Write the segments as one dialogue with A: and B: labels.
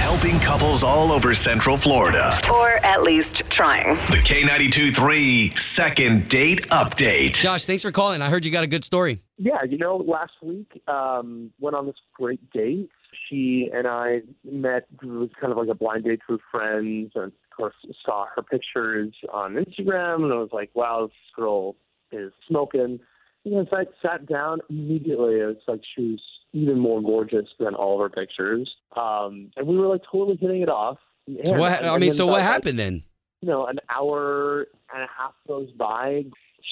A: Helping couples all over Central Florida.
B: Or at least trying.
A: The K92 3 Second Date Update.
C: Josh, thanks for calling. I heard you got a good story.
D: Yeah, you know, last week um, went on this great date. She and I met. It was kind of like a blind date through friends, and of course saw her pictures on Instagram, and I was like, "Wow, this girl is smoking." You know, so I sat down immediately. It's like she was even more gorgeous than all of her pictures, um, and we were like totally hitting it off.
C: So
D: And-
C: what? I
D: and
C: mean,
D: then
C: so
D: about,
C: what
D: like,
C: happened then?
D: you know, an hour and a half goes by.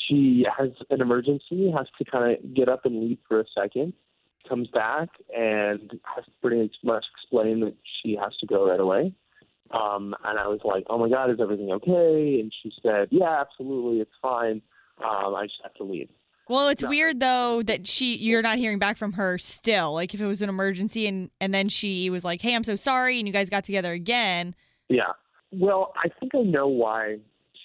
D: She has an emergency, has to kind of get up and leave for a second, comes back, and has to pretty much explain that she has to go right away. Um, and I was like, oh my God, is everything okay? And she said, yeah, absolutely, it's fine. Um, I just have to leave.
E: Well, it's
D: No.
E: weird though that she you're not hearing back from her still. Like if it was an emergency and and then she was like, "Hey, I'm so sorry," and you guys got together again.
D: Yeah. Well, I think I know why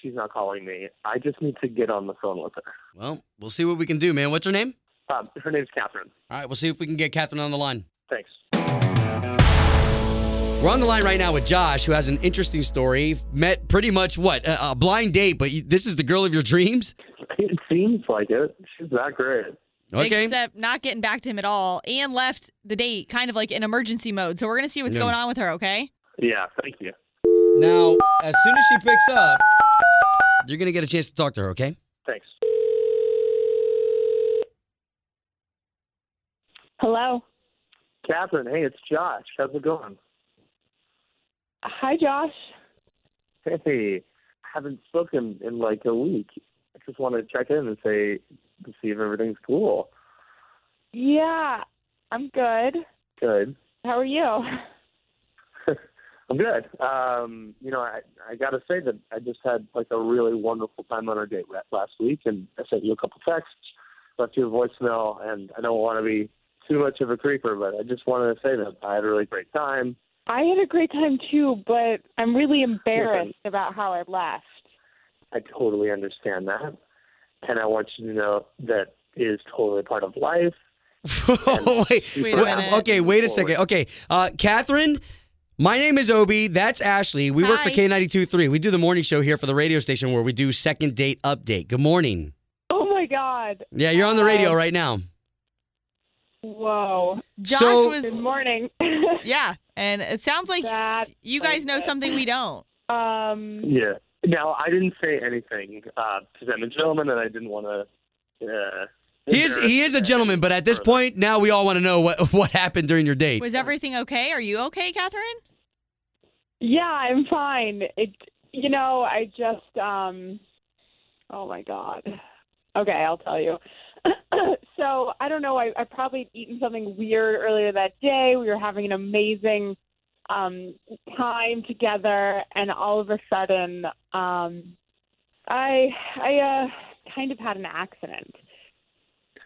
D: she's not calling me. I just need to get on the phone with her.
C: Well, we'll see what we can do, man. What's her name?
D: Um, her name's Catherine.
C: All right, we'll see if we can get Catherine on the line.
D: Thanks.
C: We're on the line right now with Josh, who has an interesting story. Met pretty much what a, a blind date, but you, this is the girl of your dreams.
D: It seems like it. She's that great.
C: Okay,
E: Except not getting back to him at all and left the date kind of like in emergency mode. So we're going to see what's
C: Yeah.
E: going on with her, okay?
D: Yeah, thank you.
C: now as soon as she picks up, you're gonna get a chance to talk to her. Okay.
D: Thanks.
F: Hello.
D: Catherine, hey, it's Josh. How's it going?
F: Hi, Josh.
D: Hey, haven't spoken in like a week. I just wanted to check in and say to see if everything's cool.
F: Yeah, I'm good.
D: Good.
F: How are you?
D: I'm good. Um, you know, I I gotta say that I just had like a really wonderful time on our date ra- last week, and I sent you a couple texts, left you a voicemail, and I don't want to be too much of a creeper, but I just wanted to say that I had a really great time.
F: I had a great time too, but I'm really embarrassed about how I left.
D: I totally understand that. And I want you to know that is totally part of life.
C: oh, wait.
E: Wait a
C: Wait,
E: minute.
C: Okay, wait a second. Okay, uh, Catherine, my name is Obi. That's Ashley. We work for
E: Hi.
C: K92.3. We do the morning show here for the radio station where we do second date update. Good morning.
F: Oh my god.
C: Yeah, you're on the radio
F: Um,
C: right now.
F: Whoa.
E: Josh
C: So-
E: was
F: Good morning.
E: Yeah, and it sounds like
F: That-
E: you guys know something we don't.
F: um
D: Yeah. Now, I didn't say anything uh, because I'm a gentleman and I didn't want to. Uh,
C: He is, he is a gentleman, but at this point, now we all want to know what, what happened during your date.
E: Was everything okay? Are you okay, Catherine?
F: yeah, I'm fine. It you know, I just um oh my god. Okay, I'll tell you. so I don't know, I, I probably had eaten something weird earlier that day. We were having an amazing um time together and all of a sudden um I I uh kind of had an accident.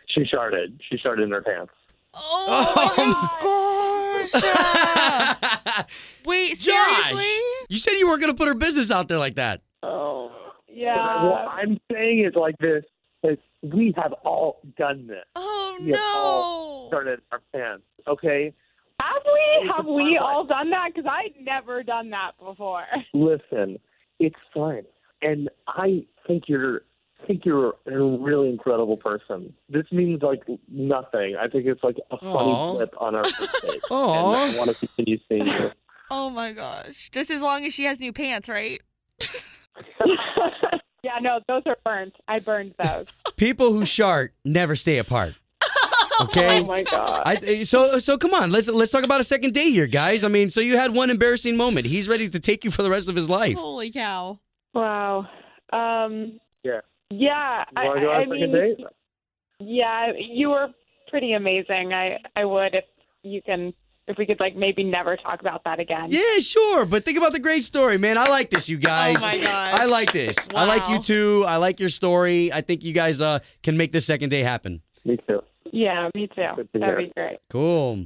D: She sharted. She sharted in her pants.
E: Oh, my gosh. Wait,
C: Josh,
E: seriously?
C: you said you weren't going to put her business out there like that.
F: Oh.
D: what
F: Yeah.
D: I'm saying is like this is we have all done this.
E: Oh,
D: We have all
E: no.
D: sharted our pants. Okay?
F: Have we have we
D: Why?
F: all done that? Because I'd never done that before.
D: Listen, it's fine. And I think you're. I think you're a really incredible person. This means like nothing. I think it's like a
C: Aw.
D: funny clip on our first date.
C: Aw.
D: And I want to continue seeing you.
E: Oh, my gosh. Just as long as she has new pants, right?
F: yeah, no, those are burnt. I burned those.
C: People who shart never stay apart. Okay?
F: Oh my god.
C: I, so so come on let's let's talk about a second date here guys I mean so you had one embarrassing moment he's ready to take you for the rest of his life
E: Holy cow.
F: Wow. Um
D: Yeah.
F: Yeah.
D: You want
F: I,
D: to go on
F: I
D: a second
F: mean,
D: date?
F: Yeah, you were pretty amazing. I I would if you can if we could like maybe never talk about that again.
C: Yeah, sure. But think about the great story, man. I like this, you guys.
E: Oh my gosh.
C: I like this. I like you
E: Wow.
C: too. I like your story. I think you guys uh, can make this second day happen.
D: Me too.
F: Yeah, me too.
D: Good to
F: That'd
D: hear.
F: be great.
C: Cool.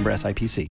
G: SIPC.